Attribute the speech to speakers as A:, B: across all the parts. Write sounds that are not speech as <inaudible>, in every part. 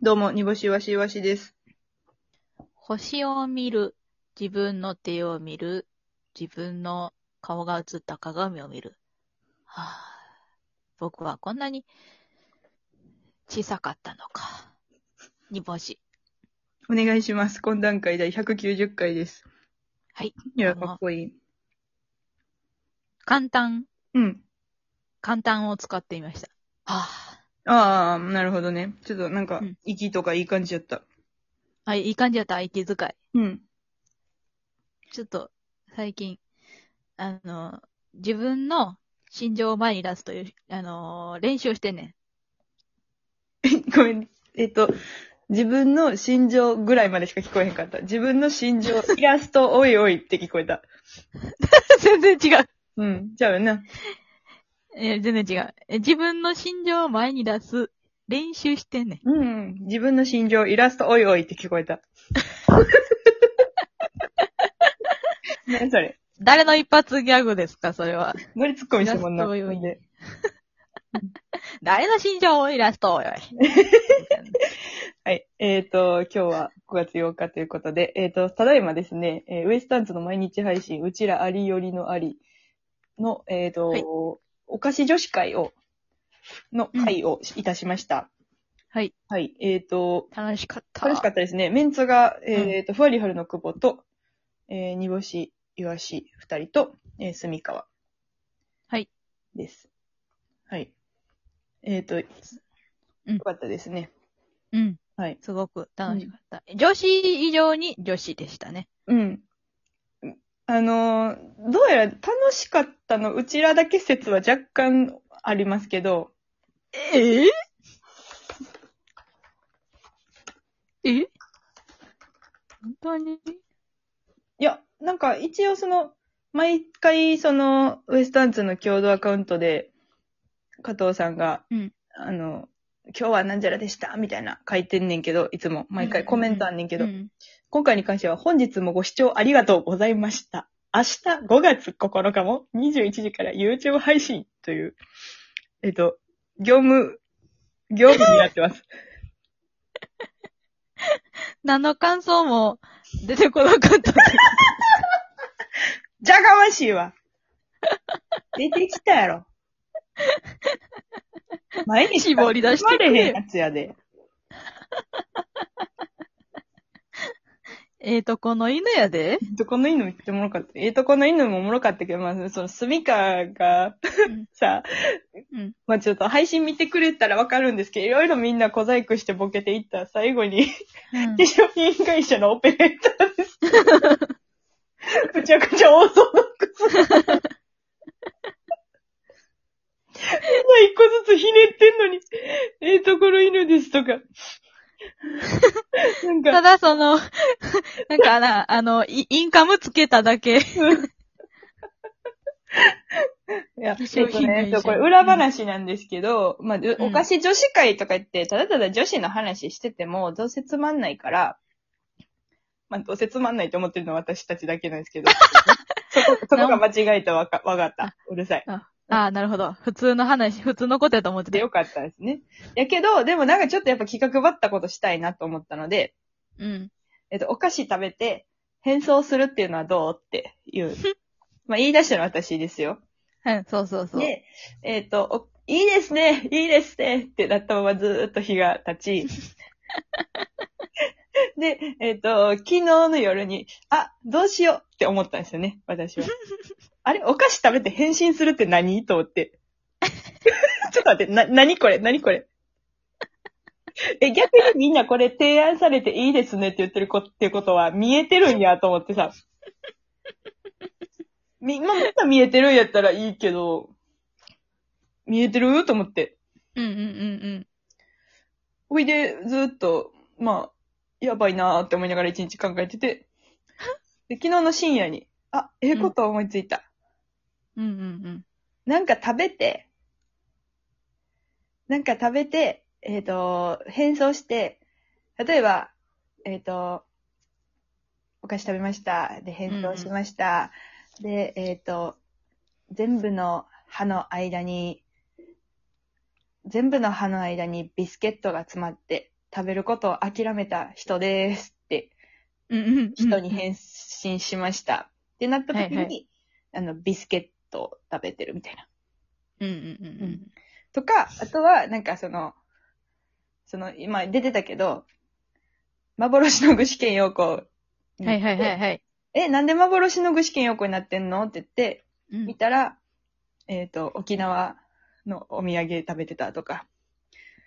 A: どうも、煮干しわしわしです。
B: 星を見る、自分の手を見る、自分の顔が映った鏡を見る。はぁ、僕はこんなに小さかったのか。煮干し。
A: お願いします。懇談会第190回です。
B: はい。
A: いや、
B: どうも
A: かっこいい。
B: 簡単、
A: うん。
B: 簡単を使ってみました。はぁ、
A: ああ、なるほどね。ちょっとなんか
B: うん、
A: 息とかいい感じやった。
B: はい、いい感じだった、息遣い。
A: うん。
B: ちょっと、最近、あの、自分の心情を前に出すという、あの、練習をしてんねん。 <laughs>
A: ごめん。えっと、自分の心情ぐらいまでしか聞こえへんかった。自分の心情、イラスト、おいおいって聞こえた。
B: 全然違う。
A: うん。ちゃうよな。
B: えー全然違う。え自分の心情を前に出す練習してんねん。
A: うんうん。自分の心情、イラスト、おいおいって聞こ
B: <laughs>
A: えた。何それ。
B: 誰の一発ギャグですか、それは。
A: ノリツッコミしてもんな。
B: イラストおいおい
A: ほんで
B: <laughs> 誰の心情をイラストをおい。
A: はい。えっ、と、今日は5月8日ということで、えっ、と、ただいまですね、えーウエスタンツの毎日配信、うちらありよりのありの、えっ、と、
B: はい
A: お菓子女子会を、の会をいたしました。
B: はい。
A: はい。えっ、と、
B: 楽しかった。
A: 楽しかったですね。メンツが、えっ、と、ふわりはるの久保と、えー、煮干し、いわし、二人と、えー、すみかわ。
B: はい。
A: です。はい。えっ、と、よ
B: うん
A: かったですね。
B: うん。
A: はい。
B: すごく楽しかった。女子以上に女子でしたね。
A: うん。あのー、どうやら楽しかったの、うちらだけ説は若干ありますけど、
B: ええ本当
A: い
B: に
A: や、なんか一応その、毎回その、ウエスタンツの共同アカウントで、加藤さんが、
B: うん
A: あの、今日はなんじゃらでした、みたいな書いてんねんけど、いつも、毎
B: う
A: 回
B: ん
A: コメントあんねんけど、
B: うん
A: 今回に関しては本日もご視聴ありがとうございました。明日5月9日も21時から YouTube 配信という、えっと、業務、業務になって
B: <laughs>
A: ます。
B: 何の感想も出てこなか <laughs> った。
A: じゃがましいわ。出てきたや
B: <laughs>
A: ろ。前にしか
B: 絞り出してくれ
A: 生まれへんやつやで。
B: ええと、この犬やで。
A: えっとこの犬めっちゃおもろかった。えっとこの犬もおもろかったけど、まあ、その、スミカが
B: ん、
A: <laughs> さ、
B: うん
A: まあちょっと配信見てくれたらわかるんですけど、いろいろみんな小細工してボケていったら最後に、
B: うん
A: 化粧品会社のオペレーター <laughs> です。むちゃくちゃオーソドックス。みんな一個ずつひねってんのに、ええところ犬ですと <laughs> か。なん
B: <laughs> た
A: か、
B: だ、その、なんかな、あの、イインカムつけただけ。
A: いや、えっ
B: 化粧
A: と
B: 品
A: ね、
B: 会社
A: そうこれ裏話なんですけど、まあ、
B: ん
A: お菓子女子会とか言って、ただただ女子の話してても、どうせつまんないから、まあ、どうせつまんないと思ってるのは私たちだけなんですけど、
B: <laughs>
A: そこ、そこが間違えたわか、わかった。うるさい。
B: <laughs> ああ、なるほど。普通の話、普通のことやと思って
A: で
B: た。
A: よかったですね。やけど、でもなんかちょっとやっぱ企画ばったことしたいなと思ったので、
B: うん。
A: えっと、お菓子食べて変装するっていうのはどうって
B: <laughs>
A: いう。まあ言い出したのは私ですよ。
B: はい、そうそうそう。
A: で、えっと、おいいですねいいですねってなったままずーっと日が経ち。
B: <laughs>
A: で、えっ、と、昨日の夜に、あ、どうしようって思ったんですよね、私
B: <laughs>
A: は。あれ、お菓子食べて変身するって何と思って。 <laughs> ちょっと待って、な、何これ何これえ、逆にみんなこれ提案されていいですねって言ってる子ってことは見えてるんやと思ってさ。み、まあ、みんな見えてるんやったらいいけど、見えてると思って。
B: うんうんうん
A: ほいで、ずーっと、まあ、やばいなーって思いながら一日考えてて、で昨日の深夜に、あ、ええこと思いついた。
B: うん。うんうん
A: なんか食べて、なんか食べて、えっ、と、変装して、例えば、えっ、と、お菓子食べました。で、変装しました。で、えっ、と、全部の歯の間に、全部の歯の間にビスケットが詰まって、食べることを諦めた人ですって、
B: うんうんうん。
A: 人に返信しました。ってなった時に、
B: はいは
A: あの、ビスケットを食べてるみたいな。
B: うんうんうんうん。
A: とか、あとは、なんかその、その、今出てたけど、幻の具志堅用子に
B: はいはいはいはい。
A: え、なんで幻の具志堅用子になってんのって言って、
B: うん
A: 見たら、えっ、と、沖縄のお土産食べてたとか、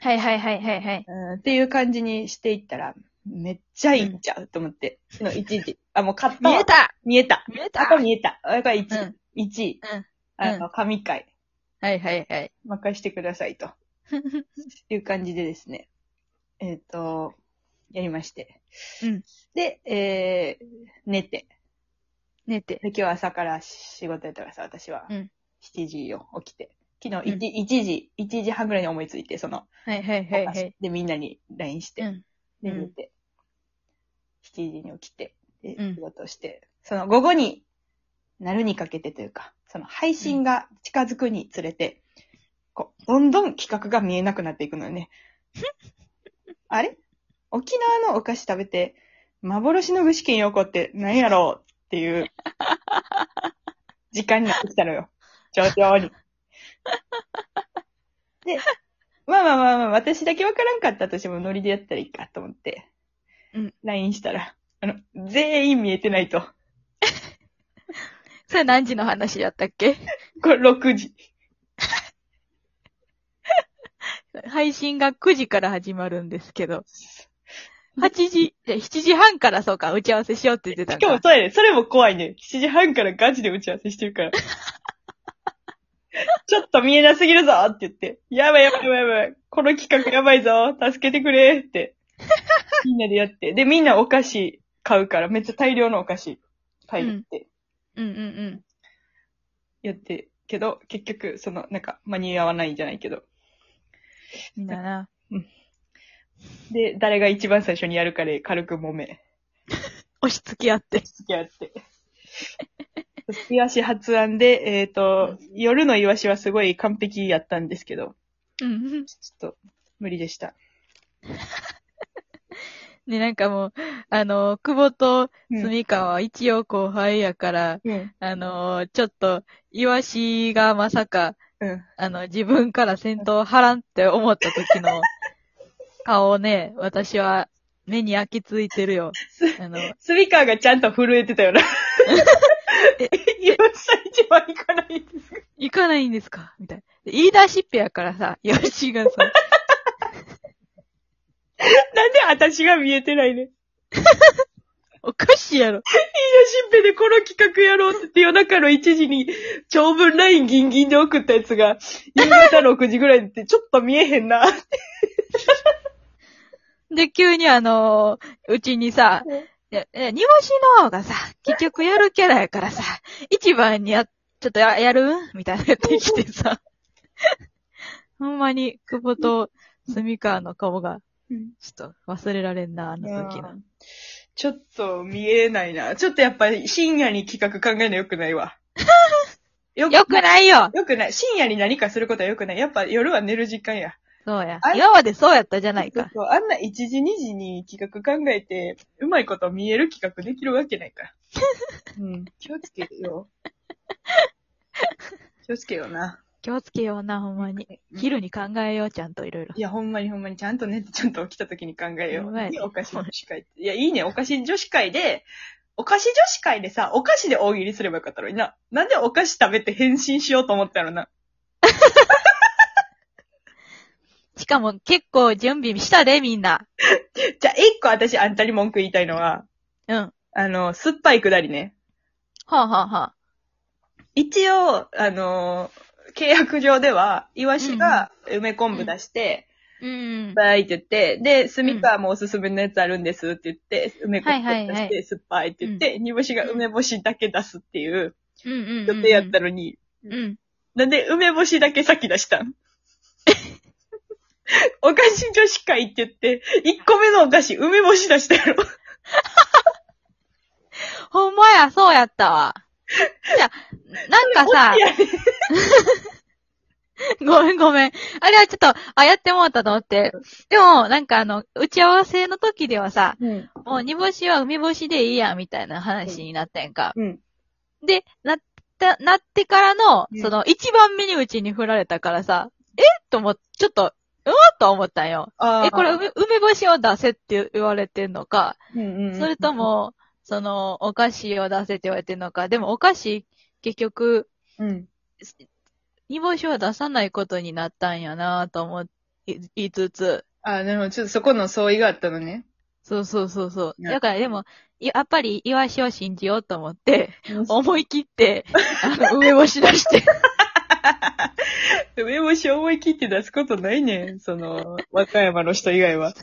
B: はいはいはいはいはい。
A: うんっていう感じにしていったら、めっちゃいいんちゃうと思って、の1位。あ、もう買ったわ
B: 見えた
A: 見えた
B: 見え
A: あ、
B: た
A: これ見えた。あ、これ1
B: う
A: 位
B: ん。
A: 1位。
B: うん
A: あの、神回、
B: はいはいはい。
A: 任してください
B: <laughs>
A: と。いう感じでですね。えっ、と、やりまして。
B: うん
A: で、えー、寝て。
B: 寝て。
A: で、今日朝から仕事やったからさ、私は。
B: うん
A: 7時よ、起きて。昨日
B: う
A: 1、
B: ん
A: 1時、1時半ぐらいに思いついて、その、
B: はいはいはいはい。
A: で、みんなに LINE して、
B: うん。
A: で、
B: うん
A: 寝て、7時に起きて、で
B: う、ん
A: 仕事して、その午後になるにかけてというか、その配信が近づくにつれて、こう、どんどん企画が見えなくなっていくのよ
B: <laughs>
A: ね。あれ沖縄のお菓子食べて、幻の具志堅用子って何やろうっていう、時間になってきたのよ。徐々に。で、まあまあまあまあ、私だけわからんかったとしてもノリでやったらいいかと思って、
B: うん。
A: LINE したら、あの、全員見えてないと。
B: それ何時の話やったっけ
A: これ6時。
B: 配信が9時から始まるんですけど。8時、じゃあ7時半からそうか、打ち合わせしようって言ってた
A: し
B: んか
A: かもそうやね。それも怖いね。7時半からガチで打ち合わせしてるから。 <laughs> ちょっと見えなすぎるぞって言って、やばいやばいやばいやばい。この企画やばいぞ。助けてくれって。みんなでやって。で、みんなお菓子買うから、めっちゃ大量のお菓子買いに行って、
B: うんうんうん。
A: やって。けど、結局、その、なんか、間に合わないんじゃないけど。
B: みんなな。
A: で、誰が一番最初にやるかで、軽く揉め。
B: 押し付け合って。
A: 付き合って。イワシ発案で、えっ、と、夜のイワシはすごい完璧やったんですけど、
B: うんうん。
A: ちょっと無理でした。
B: で、なんかもう、あの、久保と
A: うん。
B: 住川は一応後輩やから、
A: うん。
B: あの、ちょっと、イワシがまさか、
A: うん。
B: あの、自分から戦闘をはらんって思った時 <laughs> の顔をね、私は目に焼き付いてるよ。あの、
A: スミカーがちゃんと震えてたよな。イワシさん一番いかないです。
B: 行かないんですかみたいな。で言い出しっぺやからさ、イワシがさ、
A: なんで私が見えてないね。イワ
B: おかしいやろ。
A: シンペでこの企画やろうって言って夜中の1時に長文ラインギンギンで送ったやつが、夕方6時ぐらいってちょっと見えへんな。
B: で、急にあの、うちにさ、いや、え、煮干しの方がさ、結局やるキャラやからさ、一番にや、ちょっとや、やるみたいなやってきてさ、
A: <laughs>
B: ほんまに、久保と住川の顔が、ちょっと忘れられんな、あ
A: い
B: の
A: や
B: 時の
A: ー。ちょっと見えないな。ちょっとやっぱり深夜に企画考えるのよくない
B: <laughs>
A: わ。よ
B: よくないよ
A: よくない。深夜に何かすることはよくない。やっぱ夜は寝る時間や。
B: そうや
A: あ。れ
B: 今までそうやったじゃない
A: そ
B: か
A: う。そうあんな1時2時に企画考えて、うまいこと見える企画できるわけない
B: <laughs>
A: から。うん。気をつけよう。気をつけような。
B: 気をつけような、ほんまに。昼に考えよう、ちゃんといろいろ
A: い。や、ほんまにほんまに、ちゃんとね、ちゃんと起きた時に考えよ
B: ほん
A: う。
B: まやね
A: いいお菓子女子会って。いや、いいね、お菓子女子会で、お菓子女子会でさ、お菓子で大喜利すればよかったのにな。なんでお菓子食べて変身しようと思ったのな。
B: しかも結構準備したで、みんな。
A: じゃあ、一個私、あんたに文句言いたいのは、
B: うん。は
A: あの、酸っぱいくだりね。
B: あ、はあはあ、
A: 一応、あの、契約上では、イワシが梅昆布出して、
B: うん。
A: バーいって言って、で、スミカもおすすめのやつあるんですって言って、梅昆布
B: はい
A: 出
B: はい
A: し
B: は
A: て、酸っぱいって言って、煮干しが梅干しだけ出すっていう
B: うんうんう
A: 予
B: ん。
A: 定やったのに、
B: うん。
A: なんで梅干しだけ先出したん <laughs> お菓子女子会って言って、1個目のお菓子、梅干し出したやろ。
B: ほんまや、そうやったわ。じゃあ、なんかさ
A: い、や、
B: ごめんごめん。あれはちょっと、あ、やってもうたと思って。でも、なんかあの、打ち合わせの時ではさ、
A: うん。
B: もう煮干しは梅干しでいいや、みたいな話になったやんか。
A: うん。
B: で、なった、なってからの
A: う、ん
B: その、一番目にうちに振られたからさ、えと思っちょっと、うわっと思ったんよ。
A: あー
B: え、これ、梅、梅干しを出せって言われてんのか、
A: うんうん、
B: それと、も、その、お菓子を出せって言われてんのか、でもお菓子、結局、
A: うん。
B: 煮干しは出さないことになったんやなと思い言いつつ、
A: あーなるほど。ちょっとそこの相違があったのね。
B: そうそうそうそう。
A: ね
B: だからでも、いやっぱり、イワシを信じようと思
A: <laughs>
B: って、
A: お
B: 思い切って、あ
A: <laughs>
B: の、梅干し出して。
A: 梅干し思い切って出すことないねん。その、和歌山の人以
B: <laughs>
A: 外は。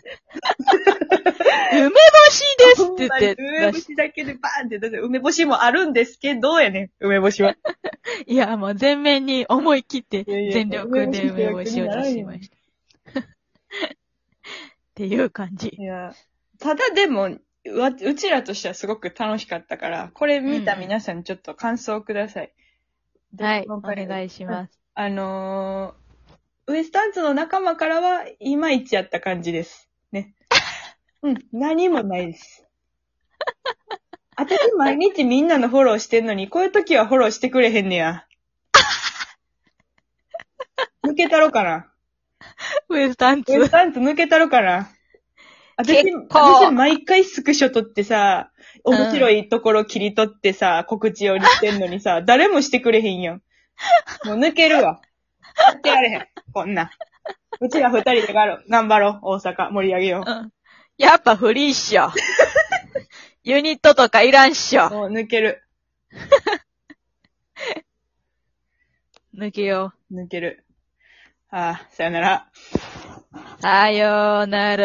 B: 梅干しですって言って
A: ほんまに梅
B: 出
A: 干
B: し
A: しだけでバーンって出て、梅干しもあるんですけど、やねん。梅干しは。
B: いや、もう全面に思い切って
A: いやい、や
B: 全力で梅干しを出しました。っていう感じ
A: い。や、ただでも、うわうちらとしてはすごく楽しかったから、これ見た皆さんちょっと感想をください。
B: はい、
A: わ
B: お
A: かり
B: 願いします。
A: あのー、ウエスタンツの仲間からは、いまいちやった感じです。ね。うん、何もないです。私毎日みんなのフォローしてんのに、こういう時はフォローしてくれへんねや。抜けたろかな。
B: ウエスタ
A: <laughs> ウ
B: ン
A: エ
B: ツ
A: ス。タンツ抜けたろかな。私
B: 結、構
A: 私毎回スクショ撮ってさ、面白いところ切り取ってさ、告知用にしてんのに
B: <laughs>
A: さ、誰もしてくれへんやん。もう抜けるわ。抜けられへん。こんなん。うちら二人で頑張ろう。頑張ろう。大阪盛り上げよ
B: うんやっぱフリーっ
A: <laughs>
B: しょ。ユニットとかいらんっし
A: う。
B: ょ。
A: もう抜ける。
B: 抜けよ
A: 抜ける。ああ、さよなら。
B: う。さようなら。